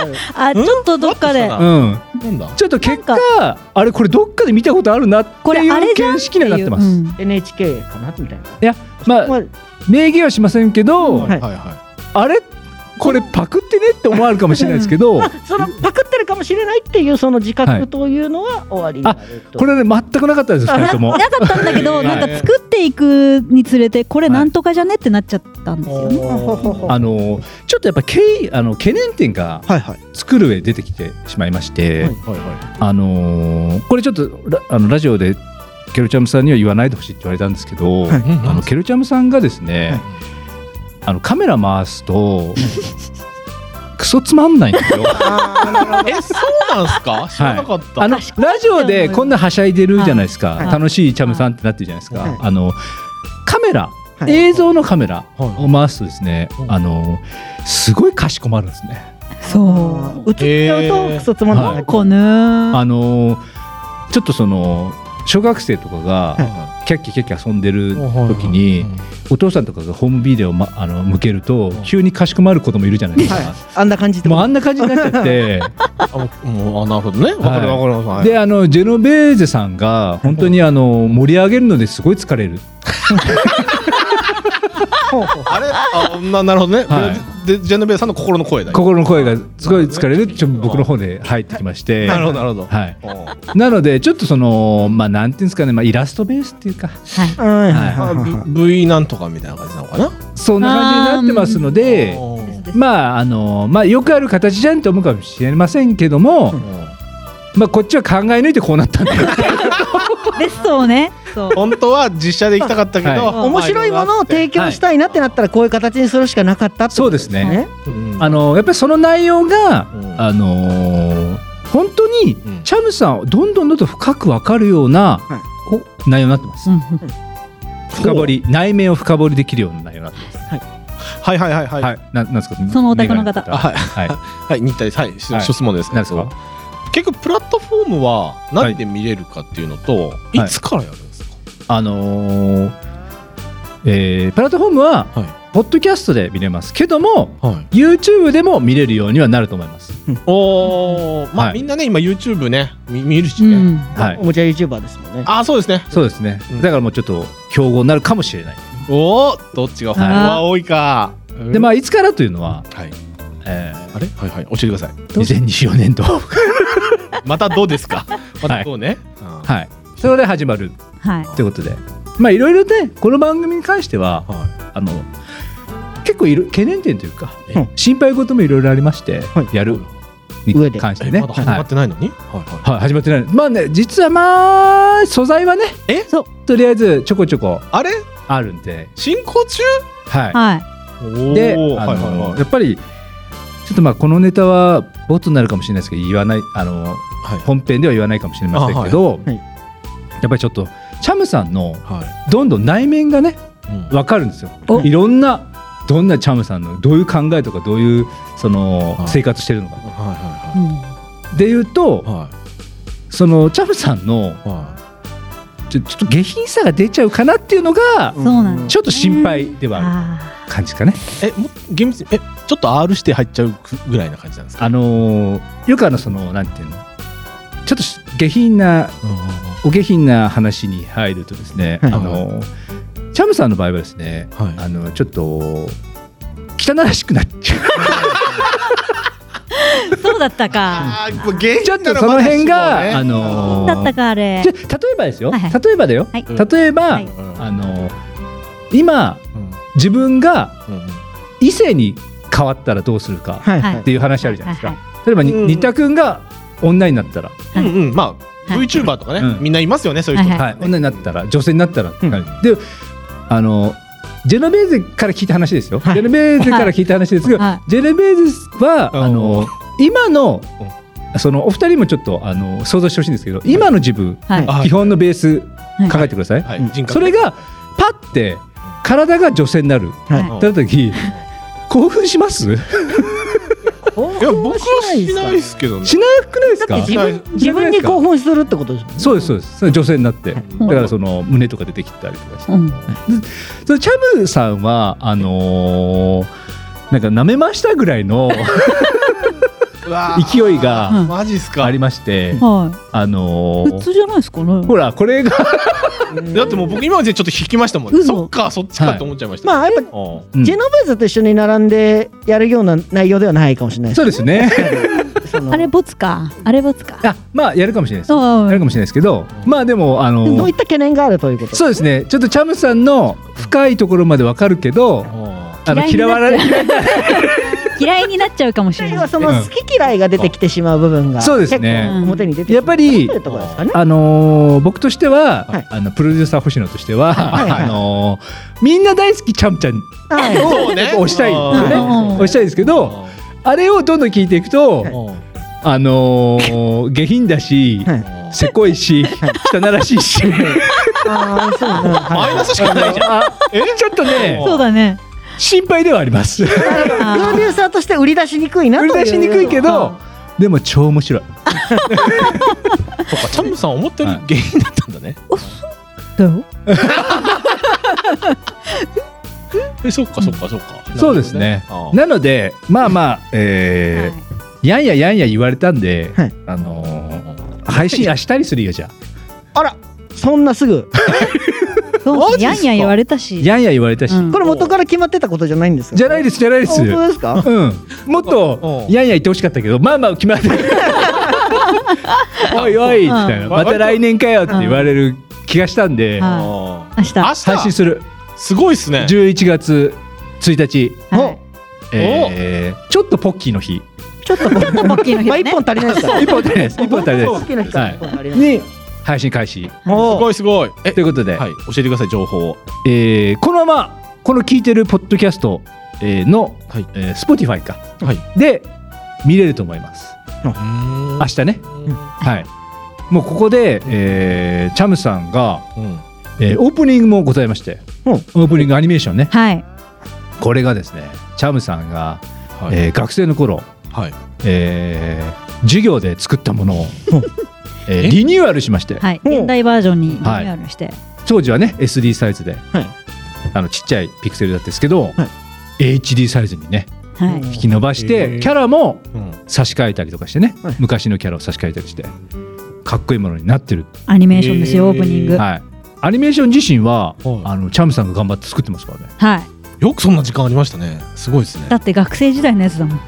Speaker 1: [laughs]
Speaker 4: ある
Speaker 2: あちょっとどっかで
Speaker 3: あ
Speaker 1: うん
Speaker 3: なんだ
Speaker 1: ちょっと結果
Speaker 2: な
Speaker 1: あれこれどっかで見たことあるなって
Speaker 2: これあ
Speaker 1: い
Speaker 2: れ
Speaker 1: う
Speaker 2: じゃん
Speaker 1: 形式にはなってます、 [laughs]
Speaker 2: うん
Speaker 4: NHK かなみたいな
Speaker 1: まあ
Speaker 4: まあ
Speaker 1: 明言はしませんけど、
Speaker 4: はい
Speaker 3: はいはい
Speaker 1: あれこれパクってねって思われるかもしれないですけど
Speaker 4: まあ、そのパクってるかもしれないっていうその自覚というのは終わりになると、
Speaker 1: これはね全くなかったです2人と
Speaker 2: [laughs]
Speaker 1: も
Speaker 2: なかったんだけど、
Speaker 3: はい
Speaker 2: なんか作っていくにつれてこれなんとかじゃねってなっちゃったんですよね。
Speaker 4: おー
Speaker 1: あのちょっとやっぱ経緯あの懸念点が
Speaker 4: はいはい
Speaker 1: 作る上で出てきてしまいまして、
Speaker 4: はい
Speaker 3: はいは
Speaker 1: あのーこれちょっとラあのラジオでケルチャムさんには言わないでほしいって言われたんですけど、
Speaker 4: はい
Speaker 3: い。うん
Speaker 1: あのケルチャムさんがですね、
Speaker 4: はい
Speaker 1: あのカメラ回すとクソつまんないんですよ。
Speaker 4: あーなるほど
Speaker 3: [laughs] え、そうなんすか知らなかった。
Speaker 1: あのラジオでこんなはしゃいでるじゃないですか、
Speaker 4: はい
Speaker 1: 楽しいチャムさんってなってるじゃないですか、
Speaker 4: はい
Speaker 1: あのカメラ、
Speaker 4: はい
Speaker 1: 映像のカメラ
Speaker 3: は
Speaker 1: を回すとですね、
Speaker 3: はい
Speaker 1: あのすごいかしこまるんですね。
Speaker 2: そ
Speaker 4: 映っちゃうとクソつまん
Speaker 2: う。
Speaker 4: な
Speaker 2: ないんかね。
Speaker 1: あのちょっとその小学生とかがキャッキャキャッキャ遊んでる時にお父さんとかがホームビデオ、ま、あの向けると
Speaker 3: うん
Speaker 1: 急にかしこまる子供いるじゃないですか。
Speaker 4: あんな感じってこ
Speaker 1: もう
Speaker 4: と
Speaker 1: あんな感じになっちゃ
Speaker 3: [laughs]
Speaker 1: って、
Speaker 3: あもうあなるほどね。わかるわかりますはい。
Speaker 1: であのジェノベーゼさんが本当にあの盛り上げるのですごい疲れる
Speaker 3: あれあななるほどね。
Speaker 1: はい
Speaker 3: でジェノベエさんの心の声だ。
Speaker 1: 心の声がすごい疲れるってちょっと僕の方で入ってきまして
Speaker 3: なるほどなるほど。
Speaker 1: はい、
Speaker 3: うん
Speaker 1: なのでちょっとそのまあなんていうんですかね、まあ、イラストベースっていうか
Speaker 4: はいはい
Speaker 3: ま
Speaker 4: はい
Speaker 3: あ
Speaker 4: はい
Speaker 3: V V なんとかみたいな感じなのかな。
Speaker 1: そんな感じになってますので
Speaker 3: うん
Speaker 1: まああのまあよくある形じゃんと思うかもしれませんけども、まあ、こっちは考え抜いてこうなったんだよ
Speaker 2: ですよね。そう。
Speaker 3: 本当は実写で行きたかったけど、
Speaker 1: は
Speaker 4: 面白いものを提供したいなってなったらこういう形にするしかなかったってことです
Speaker 1: そうです
Speaker 4: ね。
Speaker 3: うん
Speaker 1: あのやっぱりその内容が、
Speaker 3: うん
Speaker 1: あの本当に
Speaker 3: うん
Speaker 1: チャムさんをどんどんどんどん深く分かるような、
Speaker 4: はい
Speaker 1: お内容になってます
Speaker 2: うん
Speaker 1: 深掘り内面を深掘りできるような内容になってます
Speaker 3: はいはいはいはい
Speaker 1: はい、ななんですか
Speaker 2: そのお宅の方
Speaker 1: メガネ
Speaker 3: はい
Speaker 1: はい
Speaker 3: はい日体ですはいし
Speaker 1: はい
Speaker 3: 質問です。
Speaker 1: 何ですか
Speaker 3: 結局プラットフォームは何で見れるかっていうのと、
Speaker 1: い
Speaker 3: い、つからやるんですか。
Speaker 1: あのーえープラットフォームは、
Speaker 3: はい
Speaker 1: ポッドキャストで見れますけども
Speaker 3: はい。
Speaker 1: YouTube でも見れるようにはなると思います。
Speaker 3: おお、まあ、
Speaker 1: はい
Speaker 3: みんなね今 YouTube ねみ見るし
Speaker 2: う
Speaker 3: ね。
Speaker 2: ん。
Speaker 1: はい
Speaker 4: おもちゃユーチューバーですもんね。
Speaker 3: ああそうですね。
Speaker 1: そうですね、
Speaker 3: うん
Speaker 1: だからもうちょっと競合になるかもしれない。
Speaker 3: おおどっちが本当は多いか。
Speaker 1: でまあいつからというのは、
Speaker 3: あはい
Speaker 1: え
Speaker 3: あれはいはい教えてくだ [laughs] さい。
Speaker 1: ー、2024年 [laughs] 度
Speaker 3: またどうですか。またどうね。は
Speaker 1: はいそれで始まる
Speaker 2: はい。
Speaker 1: ということでまあいろいろねこの番組に関してはあの結構いる懸念点というか
Speaker 4: うん
Speaker 1: 心配事もいろいろありまして、
Speaker 4: はい
Speaker 1: やる
Speaker 4: 上
Speaker 1: に
Speaker 4: で
Speaker 1: 関して
Speaker 3: え
Speaker 1: ね。
Speaker 3: まだ始ま
Speaker 1: はい
Speaker 3: ってないのに。はいは
Speaker 1: はい、始まってないまあね実はまあ素材はね
Speaker 3: え
Speaker 1: そうとりあえずちょこちょこ
Speaker 3: い。あれ
Speaker 1: あるんで
Speaker 3: 進行中。
Speaker 1: は
Speaker 2: はい。
Speaker 1: いで、あ
Speaker 3: はい
Speaker 1: の
Speaker 3: はい
Speaker 1: やっぱりちょっとまあこのネタはボツになるかもしれないですけど言わないあの
Speaker 3: はい。
Speaker 1: 本編では言わないかもしれませんけど、
Speaker 4: あはいはい
Speaker 1: やっぱりちょっとチャムさんの
Speaker 3: は
Speaker 1: どんどん内面がね
Speaker 3: い。うん
Speaker 1: 分かるんですよ
Speaker 2: お
Speaker 1: いろんなどんなチャムさんのどういう考えとかどういうその
Speaker 3: はい
Speaker 1: 生活してるのか
Speaker 3: はいは
Speaker 2: うん
Speaker 1: でいうと
Speaker 3: いはい。は
Speaker 1: そのチャムさんの
Speaker 3: いはい。
Speaker 1: ちょちょっと下品さが出ちゃうかなっていうのが
Speaker 2: そうなんです
Speaker 1: ちょっと心配ではあ
Speaker 2: あ
Speaker 1: る感じですかね。
Speaker 3: えも厳密にえちょっと R して入っちゃうぐらいな感じなんですか、
Speaker 1: あのーよくあのそのなんていうのちょっとし下品なお下品な話に入るとですね、
Speaker 4: はい
Speaker 1: あのーチャムさんの場合はですね
Speaker 3: はい
Speaker 1: あのちょっと汚らしくなっちゃう
Speaker 2: ーそうだったか。
Speaker 3: あーこれ芸
Speaker 1: ちょっ
Speaker 3: 人な
Speaker 1: と
Speaker 3: ら
Speaker 1: その
Speaker 3: まだ
Speaker 1: 辺
Speaker 3: しもね
Speaker 1: が、あ
Speaker 2: そ
Speaker 1: の
Speaker 2: うだった
Speaker 1: ー
Speaker 2: かあれ
Speaker 1: じゃ。例えばですよ、
Speaker 2: はいはい
Speaker 1: 例えばだよ、
Speaker 2: はい
Speaker 1: 例えば、
Speaker 2: はい
Speaker 3: うん
Speaker 1: あのー今
Speaker 3: うん
Speaker 1: 自分が
Speaker 3: うん
Speaker 1: 異性に変わったらどうするか
Speaker 4: はいはい
Speaker 2: は
Speaker 1: っていう話あるじゃないです
Speaker 2: は
Speaker 1: か。例えばに
Speaker 3: うん
Speaker 1: 新田君が女になったら、
Speaker 2: はい
Speaker 3: うんうんまあ
Speaker 2: はい
Speaker 3: VTuber とかね、
Speaker 1: うん
Speaker 3: みんないますよねそういう人、
Speaker 2: はい
Speaker 1: はい、女になったら女性になったら、
Speaker 4: うん
Speaker 1: であのジェノベーゼから聞いた話ですよ、
Speaker 4: はい
Speaker 1: ジェノベーゼから聞いた話ですけど、
Speaker 2: は
Speaker 1: ジェノベーゼは
Speaker 3: うん
Speaker 1: あの今のそのお二人もちょっとあの想像してほしいんですけど今の自分、
Speaker 2: はい。
Speaker 3: あ
Speaker 1: 基本のベース
Speaker 2: はい
Speaker 1: 考えてください、
Speaker 3: はい
Speaker 4: うん
Speaker 3: 人格
Speaker 1: それがパッて体が女性になる
Speaker 4: はい
Speaker 2: は
Speaker 3: うん
Speaker 1: ってなった時興奮します
Speaker 3: いや僕はしないですけどね
Speaker 1: しなくないです
Speaker 4: だ
Speaker 1: か
Speaker 4: って自分自分に興奮するってことですもんね
Speaker 1: そうですそうですそれ女性になって、
Speaker 4: はい
Speaker 1: だからその胸とか出てきたりとかして、
Speaker 2: うん
Speaker 1: そのチャムさんはあのーなんか舐めましたぐらい
Speaker 4: [laughs]
Speaker 1: の
Speaker 3: うわー
Speaker 1: 勢いが
Speaker 2: うん
Speaker 3: マジっすか
Speaker 1: ありまして、
Speaker 2: は
Speaker 1: あの
Speaker 2: い。
Speaker 1: ー
Speaker 2: 普通じゃないですかね。
Speaker 1: ほらこれが
Speaker 3: だってもう僕今までちょっと引きましたもんね
Speaker 2: 嘘
Speaker 3: そっかそっちかと思っちゃいました、
Speaker 4: まあやっぱ
Speaker 3: うん
Speaker 1: うん
Speaker 4: ジェノベーゼと一緒に並んでやるような内容ではないかもしれないです
Speaker 1: そうですね。
Speaker 4: その
Speaker 2: あれボツかあれボツか
Speaker 1: あまあやるかもしれないです。
Speaker 2: あ
Speaker 1: やるかもしれないですけど、まあでもあ
Speaker 4: ど
Speaker 1: の
Speaker 4: ういった懸念があるということ
Speaker 1: そうですね。ちょっとチャムさんの深いところまでわかるけど、あの嫌われ
Speaker 2: 嫌いになっちゃう嫌いになっちゃうかもしれ
Speaker 4: 要
Speaker 2: な
Speaker 4: はい [laughs] その好き嫌いが出てきてしまう部分が
Speaker 1: そうです
Speaker 4: 結構
Speaker 1: ね
Speaker 4: 表に出て
Speaker 1: やっぱり
Speaker 4: というところですかね
Speaker 1: あのー僕としては、
Speaker 4: はい
Speaker 1: あのプロデューサー星野としては、
Speaker 4: はいはい
Speaker 1: あのーみんな大好きチャムちゃん
Speaker 4: はい
Speaker 3: そうね
Speaker 1: なんか押したいよ
Speaker 2: ね
Speaker 3: うん
Speaker 1: おっしゃるんですけど、あれをどんどん聞いていくと、
Speaker 4: はい
Speaker 3: うん
Speaker 1: あのー下品だし、
Speaker 4: はい
Speaker 1: せこいし、汚らしいし、
Speaker 4: あーそうね
Speaker 3: マイナスしかないじゃん
Speaker 1: あちょっとね、
Speaker 2: そうだね
Speaker 1: 心配ではあります。
Speaker 4: プロデューサーとして売り出しにくいなと
Speaker 1: 売
Speaker 4: いう
Speaker 1: り出しにくいけど、でも超面白い。
Speaker 3: [laughs] そっかチャムさん思ったより原因だったんだね、
Speaker 2: だよ
Speaker 3: えそっかそっかそっか、
Speaker 1: そうですね
Speaker 3: あ。ー
Speaker 1: なので、まあまあ、えーやんややんや言われたんで、
Speaker 4: はい
Speaker 1: あのー配信明日にするよじゃあ
Speaker 4: あらそんなすぐ
Speaker 2: そう
Speaker 3: マジっすか
Speaker 2: やんやん言われたし
Speaker 1: やんや言われたし、
Speaker 2: うん
Speaker 4: これ元から決まってたことじゃないんですか
Speaker 1: じゃない
Speaker 4: で
Speaker 1: ですじゃないです
Speaker 4: 本当ですか
Speaker 1: うんもっと
Speaker 3: うん
Speaker 1: やんや言ってほしかったけどまあまあ決まって
Speaker 3: [laughs]
Speaker 1: おいおいみたいな
Speaker 3: うん
Speaker 1: また来年かよって言われる気がしたんで
Speaker 2: うん
Speaker 3: あー
Speaker 2: 明日
Speaker 3: 明
Speaker 2: は
Speaker 1: 配
Speaker 3: 日
Speaker 1: 信する
Speaker 3: すごいですね
Speaker 1: 11月1日、
Speaker 2: い
Speaker 1: えーちょっとポッキーの日
Speaker 4: ちょっともう
Speaker 2: ちょっとポッキーの日
Speaker 4: まあ
Speaker 2: だね
Speaker 4: 一本足りないですか
Speaker 1: 一本足りない
Speaker 3: [laughs]
Speaker 1: です一本足りない
Speaker 4: 好きな
Speaker 1: で
Speaker 4: 人
Speaker 1: す、はい、に配信開始
Speaker 3: すごいすごいえ
Speaker 1: ということで、
Speaker 3: はい教えてください情報を
Speaker 1: えーこのままこの聞いてるポッドキャスト、えーの、
Speaker 3: はい
Speaker 1: えー、Spotify か、
Speaker 3: はい
Speaker 1: で見れると思います明
Speaker 3: あ
Speaker 1: 日ねはいもうここで、えーチャムさんが、
Speaker 3: うん
Speaker 1: えーオープニングもございまして、
Speaker 4: うん
Speaker 1: オープニングアニメーションね
Speaker 2: はい
Speaker 1: これがですねチャムさんが、
Speaker 3: はい
Speaker 1: えー学生の頃、
Speaker 3: はい
Speaker 1: えー授業で作ったものを、 [laughs] えー
Speaker 3: え
Speaker 1: リニューアルしまして、
Speaker 2: はい
Speaker 4: うん
Speaker 2: 現代バージョンにリニューアルして
Speaker 1: 当時はね SD サイズで、
Speaker 4: い
Speaker 1: あのちっちゃいピクセルだったんですけど、
Speaker 4: は
Speaker 1: HD サイズにね
Speaker 2: はい
Speaker 1: 引き伸ばし
Speaker 3: へ
Speaker 1: て
Speaker 3: ー
Speaker 1: キャラも
Speaker 3: うん
Speaker 1: 差し替えたりとかしてね、
Speaker 4: はい
Speaker 1: 昔のキャラを差し替えたりしてかっこいいものになってる、
Speaker 2: アニメーションですよ
Speaker 3: へー
Speaker 2: オープニングは
Speaker 1: はい、アニメーション自身は、
Speaker 3: はい
Speaker 1: あのチャムさんが頑張って作ってますからね
Speaker 2: い
Speaker 3: よくそんな時間ありましたねすごいですね [laughs]
Speaker 2: だって学生時代のやつだもん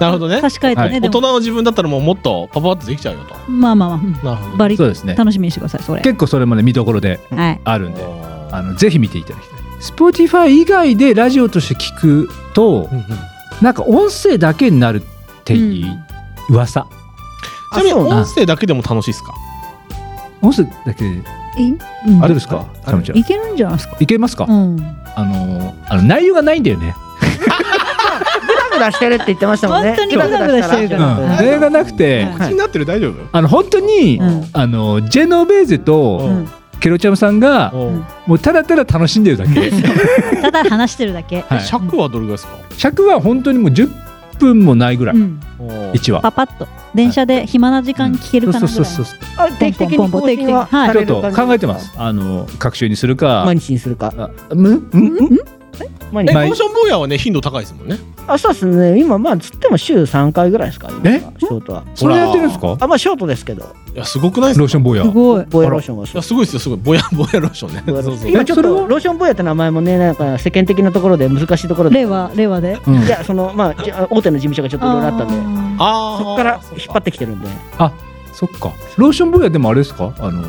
Speaker 3: なるほどね
Speaker 2: 差し替えて
Speaker 1: は
Speaker 2: ね
Speaker 1: い
Speaker 2: で
Speaker 3: 大人
Speaker 2: も
Speaker 3: の自分だったらもうもっとパパパッとできちゃうよと
Speaker 2: まあまあまあうん
Speaker 3: なるほど
Speaker 2: バリ
Speaker 1: そうですね
Speaker 2: 楽しみにしてくださいそれ
Speaker 1: 結構それもね見どころで
Speaker 2: はい
Speaker 1: あるんであ
Speaker 3: あ
Speaker 1: のぜひ見ていただきたい Spotify 以外でラジオとして聞くと
Speaker 3: うんうんち
Speaker 1: なんか音声だけになるっていう噂、
Speaker 3: なみに
Speaker 4: あそう
Speaker 1: な
Speaker 3: 音声だけでも楽しいですか
Speaker 1: 音声だけで
Speaker 2: え
Speaker 1: あれ
Speaker 2: う
Speaker 1: ですか
Speaker 3: あれ
Speaker 1: チャムちゃ
Speaker 2: ん
Speaker 1: ん
Speaker 2: いけるんじゃないですか
Speaker 1: いけますか、
Speaker 2: うん
Speaker 1: あのーあの内容がないんだよね
Speaker 4: グラグラしてるって言ってましたもんね
Speaker 2: 本当にグラグラしてるから
Speaker 1: うん内容がなくて、
Speaker 2: はい
Speaker 3: 気になってる大丈夫
Speaker 1: あの本当に、
Speaker 2: うん
Speaker 1: あのジェノベーゼ
Speaker 3: う
Speaker 1: と
Speaker 3: ん
Speaker 2: うん
Speaker 1: ケロちゃんさんが
Speaker 3: うん
Speaker 1: もうただただ楽しんでるだけ
Speaker 2: ただ話してるだけ
Speaker 1: はい
Speaker 3: 尺はどれぐらいですか
Speaker 1: 尺は本当にもう10分もないぐらい、
Speaker 2: うん
Speaker 1: 一話
Speaker 2: パパッと電車で暇な時間聞けるかなぐ
Speaker 1: そう
Speaker 2: らい
Speaker 1: そうそうそう
Speaker 4: あ定期的に更新は
Speaker 2: ポンポンポンポン定期的にはい
Speaker 1: ち
Speaker 4: さ
Speaker 1: ょ
Speaker 4: れ
Speaker 1: っ
Speaker 4: る
Speaker 1: と
Speaker 4: 感じ
Speaker 1: 考えてますあの各週にするか
Speaker 4: 毎日にするか
Speaker 1: あむん
Speaker 4: 毎
Speaker 3: え
Speaker 4: 日
Speaker 1: 毎
Speaker 3: モーション坊やはね頻度高いですもんね
Speaker 4: あそうですね今まあつっても週3回ぐらいですか今
Speaker 1: え
Speaker 4: ショートは
Speaker 1: それやってるんですか
Speaker 4: あまあショートですけど
Speaker 3: いやすごくないです
Speaker 1: ロ
Speaker 3: か
Speaker 1: ーション坊や
Speaker 2: すごい
Speaker 4: ボヤローションは
Speaker 3: やすごいですよすごいぼやぼやローションね
Speaker 4: ボヤロ
Speaker 3: そ
Speaker 4: ー
Speaker 3: う
Speaker 4: ショ
Speaker 3: そ
Speaker 4: ン
Speaker 3: う
Speaker 4: 今ちょっ
Speaker 1: えそれ
Speaker 4: と
Speaker 1: は
Speaker 4: ローションボヤって名前もねなんか世間的なところで難しいところで
Speaker 2: 令和令和で
Speaker 1: うん
Speaker 4: いやそのまあじあ大手の事務所がちょっといろいろあったんで
Speaker 2: あ
Speaker 3: [laughs] あー
Speaker 4: そこから引っ張ってきてるんで
Speaker 1: あそっかローション坊やでもあれですかあの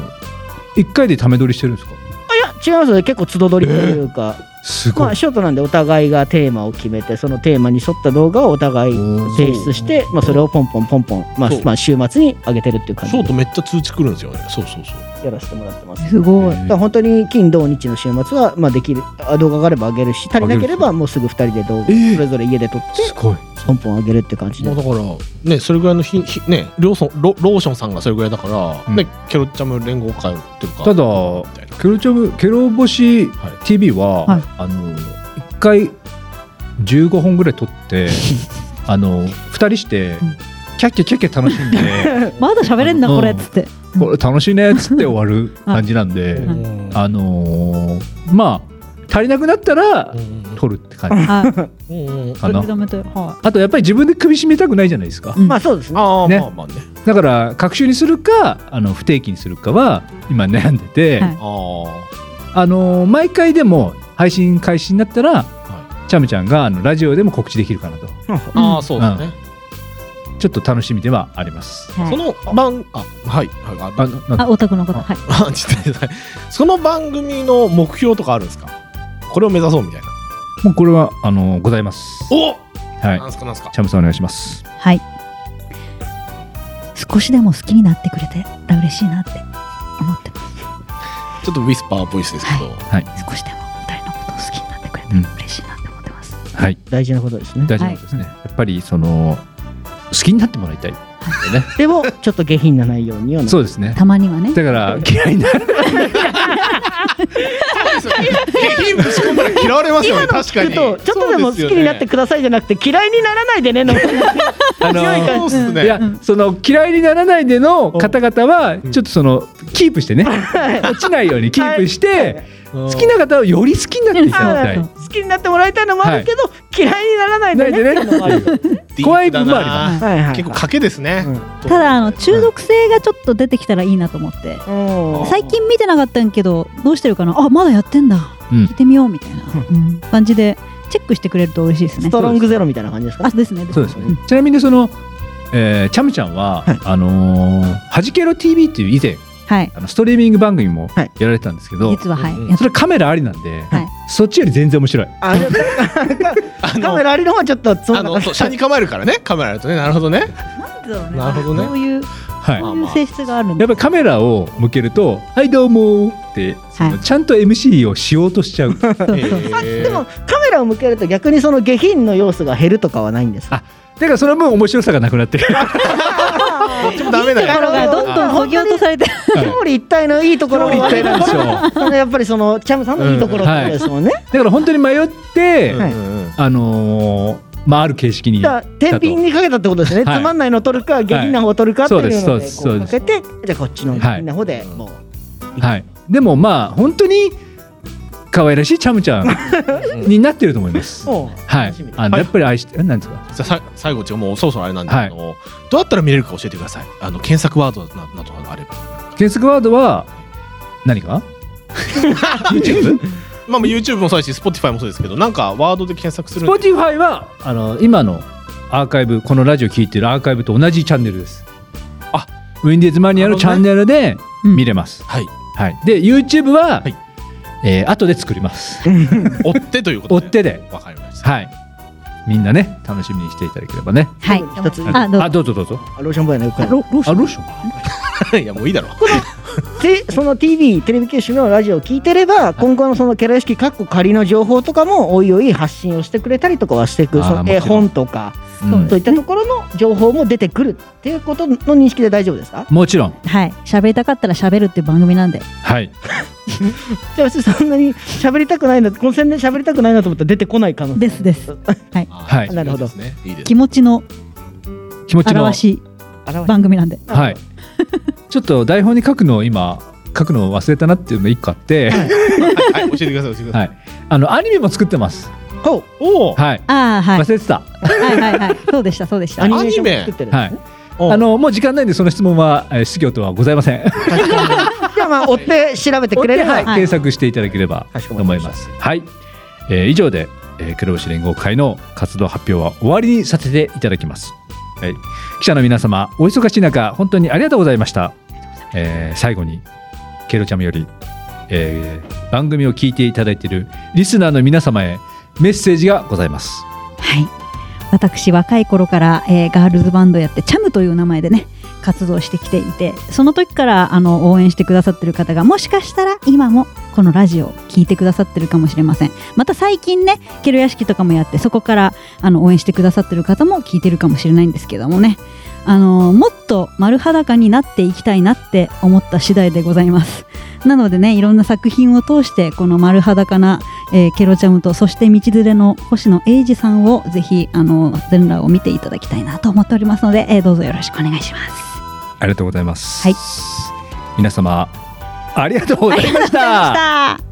Speaker 1: 1回でため撮りしてるんですか
Speaker 4: いや違いますよ結構集取りというか
Speaker 1: す
Speaker 4: ま
Speaker 1: ご
Speaker 4: あ
Speaker 1: い、
Speaker 4: ショートなんでお互いがテーマを決めてそのテーマに沿った動画をお互い提出してまあそれをポンポンポンポンまあ
Speaker 3: そう
Speaker 4: まあ週末に上げてるっていう感
Speaker 3: ショ
Speaker 4: じ
Speaker 3: ートめっちゃ通知来るんですよねそうそうそう
Speaker 4: でやらせてもらってます
Speaker 2: ーすごい
Speaker 4: だから本当に金土日の週末は、まあ、できるあ動画があれば上げるし足りなければもうすぐ2人で動画、
Speaker 1: えー
Speaker 4: それぞれ家で撮って
Speaker 1: すごい
Speaker 4: ポンポン上げるって感じで
Speaker 3: もうだからねそれぐらいのひひねローソンロローションさんがそれぐらいだから、
Speaker 1: うん
Speaker 3: ねケロッチャム連合会っていうか
Speaker 1: ただ
Speaker 3: みたいな
Speaker 1: ケロチャムケロ星 TV は、
Speaker 2: はい
Speaker 1: あの1回15本ぐらい撮ってあの2人して
Speaker 2: うん
Speaker 1: キャッキャキャッキャ楽しん
Speaker 2: [laughs]
Speaker 1: で
Speaker 2: まだ喋れんな
Speaker 1: うん
Speaker 2: これっつって
Speaker 3: [laughs]
Speaker 1: これ楽しいねっつって終わる感じなんで
Speaker 2: は
Speaker 3: うん
Speaker 1: あのーまあ足りなくなったら
Speaker 3: う
Speaker 1: 取るって感じ
Speaker 2: はい
Speaker 3: んうんうん
Speaker 1: か
Speaker 2: 取
Speaker 1: な
Speaker 2: り留めとは
Speaker 1: あとやっぱり自分で首絞めたくないじゃないですか
Speaker 2: い、うん
Speaker 4: まあそうですね。
Speaker 3: ああ、
Speaker 1: ね
Speaker 3: まあまあね。
Speaker 1: だから隔週にするかあの不定期にするかは今悩んでて、
Speaker 2: はい
Speaker 3: ああ
Speaker 1: あの毎回でも配信開始になったら、
Speaker 3: は
Speaker 1: チャムちゃんがあのラジオでも告知できるかなと
Speaker 3: ああ、そうですね。
Speaker 1: ちょっと楽しみではあります。
Speaker 2: はい
Speaker 3: その番、あ、はい、はい、あ
Speaker 1: あなん
Speaker 2: あオタクの方はい
Speaker 3: あちょっと待ってその番組の目標とかあるんですかこれを目指そうみたいな。
Speaker 1: もうこれはあのございます。
Speaker 3: お
Speaker 1: はい
Speaker 3: なんすかなんすか
Speaker 1: チャムさんお願いします。
Speaker 2: はい少しでも好きになってくれてたら嬉しいなって思ってます
Speaker 3: ちょっとウィスパーボイスですけど、
Speaker 2: 少しでも二人のことを好きになってくれたら嬉しいなって思ってます、
Speaker 1: はい
Speaker 4: 大事なことですね。
Speaker 1: 大事なことですね。やっぱりその好きになってもらいたい。
Speaker 4: でもちょっと下品な内容にはな
Speaker 1: そうですね。
Speaker 2: たまにはね
Speaker 1: だ
Speaker 3: [laughs]
Speaker 1: から嫌いになる。
Speaker 3: 下品ぶち込んだら嫌われますよね、確か
Speaker 4: 聞
Speaker 3: に。
Speaker 4: くとちょっとでも好きになってくださいじゃなくて嫌いにならないでねの
Speaker 1: あ
Speaker 3: そう
Speaker 1: の
Speaker 3: ですよ
Speaker 1: い
Speaker 3: ねそうっすね。
Speaker 1: やその嫌いにならないでの方々はちょっとそのキープしてね
Speaker 4: [laughs]
Speaker 1: 落ちないようにキープして
Speaker 3: 好
Speaker 1: 好きな方をより好きになっていただきた
Speaker 2: そう
Speaker 1: い
Speaker 4: 好きになってもらいたいのもあるけど、嫌いにならないでね
Speaker 1: ないでね
Speaker 4: ってのもある
Speaker 1: 怖い部分もあります
Speaker 4: はいはいはい
Speaker 3: 結構賭けですね。
Speaker 2: ただあの中毒性がちょっと出てきたらいいなと思って
Speaker 4: うん
Speaker 2: 最近見てなかったんけどどうしてるかなあまだやってんだ
Speaker 1: うん
Speaker 2: 聞いてみようみたいな、うん感じでチェックしてくれると嬉しいですね
Speaker 4: ストロングゼロみたいな感じですか
Speaker 2: あですね
Speaker 1: そうですね。ちなみにその、えーチャムちゃんは、
Speaker 4: はい
Speaker 1: あのーはじけろ TV っていう以前
Speaker 2: はい
Speaker 1: あのストリーミング番組も
Speaker 4: はい
Speaker 1: やられてたんですけど、
Speaker 2: 実ははい、
Speaker 3: うん
Speaker 2: やっ
Speaker 1: それカメラありなんで、
Speaker 2: はい
Speaker 1: そっちより全然面白い。
Speaker 4: あでも
Speaker 3: あ
Speaker 4: カ
Speaker 3: の
Speaker 4: メラありの方はちょっとそ
Speaker 3: あ
Speaker 4: んな
Speaker 3: の
Speaker 4: 感じ
Speaker 3: そう車に構えるからねカメラだとねなるほどね
Speaker 2: なんだろうね
Speaker 3: なるほどね
Speaker 2: そういう
Speaker 1: はい。
Speaker 3: ま
Speaker 1: や
Speaker 2: そ
Speaker 3: あ
Speaker 2: ういう性質があるん
Speaker 1: っぱりカメラを向けると「はいどうも」って、その
Speaker 2: はい
Speaker 1: ちゃんと MC をしようとしちゃう
Speaker 2: そうそう
Speaker 4: でもカメラを向けると逆にその下品の要素が減るとかはないんですか
Speaker 1: だからその分面白さがなくなってくる、
Speaker 3: どっちもダメだ
Speaker 2: とこ
Speaker 3: よ
Speaker 2: ろがどんどんそぎ落とされて
Speaker 1: はい
Speaker 4: 表裏一体のいいところ
Speaker 1: 表裏一体なんですよ
Speaker 4: そのやっぱりそのチャムさんのいいところってことですもんね、
Speaker 1: だから本当に迷って、
Speaker 4: はい
Speaker 3: うんうんうん
Speaker 1: あのーまあある形式に
Speaker 4: じゃあ天秤にかけたってことですね、
Speaker 1: はい
Speaker 4: つまんないのを取るか下品な方を取るかっていうので
Speaker 1: そうです
Speaker 4: こ
Speaker 1: そう
Speaker 4: う
Speaker 1: で
Speaker 4: か
Speaker 1: す
Speaker 4: けてじゃあこっちの下品な方でもう、
Speaker 1: はい、でもまあ本当に可愛らしいチャムちゃんになってると思います。
Speaker 4: おう
Speaker 1: はい
Speaker 4: 楽しみ、です
Speaker 1: あの
Speaker 3: はい
Speaker 1: やっぱり愛して、えなんですか。
Speaker 3: じゃあさ最後ちょもうそろそろあれなんだけど、どうやったら見れるか教えてくださいあの検索ワードななどがあれば
Speaker 1: 検索ワードは何
Speaker 4: [laughs]
Speaker 1: か？YouTube？
Speaker 3: まあまあ YouTube もそうだし Spotify もそうですけどなんかワードで検索する
Speaker 1: Spotify はあの今のアーカイブこのラジオ聞いてるアーカイブと同じチャンネルです。
Speaker 3: あ、
Speaker 1: ウィンディーズマニアのチャンネルで
Speaker 2: うん
Speaker 1: 見れます。
Speaker 3: はい
Speaker 1: はい。で YouTube は、
Speaker 3: はい
Speaker 1: えー後で作ります。
Speaker 3: 追ってということ
Speaker 1: 追
Speaker 3: で
Speaker 1: ってで、
Speaker 3: わかりました
Speaker 1: はい。みんなね楽しみにしていただければね。
Speaker 2: はい
Speaker 4: 一つ
Speaker 2: あどうぞ
Speaker 1: あどうぞどうぞ。
Speaker 4: ローションボーイの
Speaker 1: あ
Speaker 4: 横から
Speaker 1: ロローション。あローション。
Speaker 3: いやもうい [laughs] いだろ
Speaker 4: でその TV テレビ九州のラジオを聞いてれば今後のそのケラ屋敷かっこ仮の情報とかもおいおい発信をしてくれたりとかはしていく
Speaker 1: あー
Speaker 4: その
Speaker 1: もちろん
Speaker 4: 絵本とか
Speaker 1: うん
Speaker 4: そういったところの情報も出てくるっていうことの認識で大丈夫ですか
Speaker 1: もちろん。
Speaker 2: はい喋りたかったら喋るっていう番組なんで
Speaker 1: はい。
Speaker 4: じゃあ別にそんなに喋りたくないなこの宣伝喋りたくないなと思ったら出てこない可能性
Speaker 2: です
Speaker 4: [laughs]
Speaker 2: です
Speaker 3: う
Speaker 1: はい
Speaker 3: あー
Speaker 4: なるほど
Speaker 3: いいですねいいです
Speaker 2: 気持ちの
Speaker 1: 気持ちの
Speaker 2: 表。し
Speaker 4: 現れ
Speaker 2: 番組なんで
Speaker 1: はい。ちょっと台本に書くのを今書くのを忘れたなっていうの一個あって、
Speaker 3: [laughs] はいはい教えてください教えてください
Speaker 1: はい。あのアニメも作ってます。
Speaker 4: ほう
Speaker 3: おお
Speaker 1: はい。
Speaker 2: ああはい
Speaker 1: 忘れてた。
Speaker 2: はいはいはいそうでしたそうでした
Speaker 4: アニ
Speaker 2: は
Speaker 4: メーシ
Speaker 3: アニ
Speaker 4: ョ
Speaker 3: メ
Speaker 4: ン作ってるんで
Speaker 1: は
Speaker 4: す
Speaker 1: い
Speaker 4: ね。
Speaker 1: あのもう時間ないんでその質問はえー失業とはございません。
Speaker 4: [laughs] じゃあまあ追って調べてくれれば、
Speaker 1: はい
Speaker 2: はい
Speaker 1: 検索していただければ
Speaker 4: かし
Speaker 1: と
Speaker 4: こま
Speaker 1: 思い
Speaker 4: りま
Speaker 1: ます。はい。えー以上で、えー、黒星連合会の活動発表は終わりにさせていただきます。はい。記者の皆様お忙しい中本当にありがとうございました。えー最後にケイロちゃんより、えー番組を聞いていただいているリスナーの皆様へメッセージがございます。
Speaker 2: い私若い頃から、えーガールズバンドやってチャムという名前でね活動してきていてその時からあの応援してくださってる方がもしかしたら今もこのラジオを聞いてくださってるかもしれませんまた最近ねケロ屋敷とかもやってそこからあの応援してくださってる方も聞いてるかもしれないんですけどもねあのもっと丸裸になっていきたいなって思った次第でございますなのでねいろんな作品を通してこの丸裸なえーケロちゃムとそして道連れの星野英二さんをぜひあの全裸を見ていただきたいなと思っておりますので、えーどうぞよろしくお願いします。
Speaker 1: ありがとうございます。
Speaker 2: はい
Speaker 1: 皆様ありがとうございました。
Speaker 2: [laughs] ありがとうございました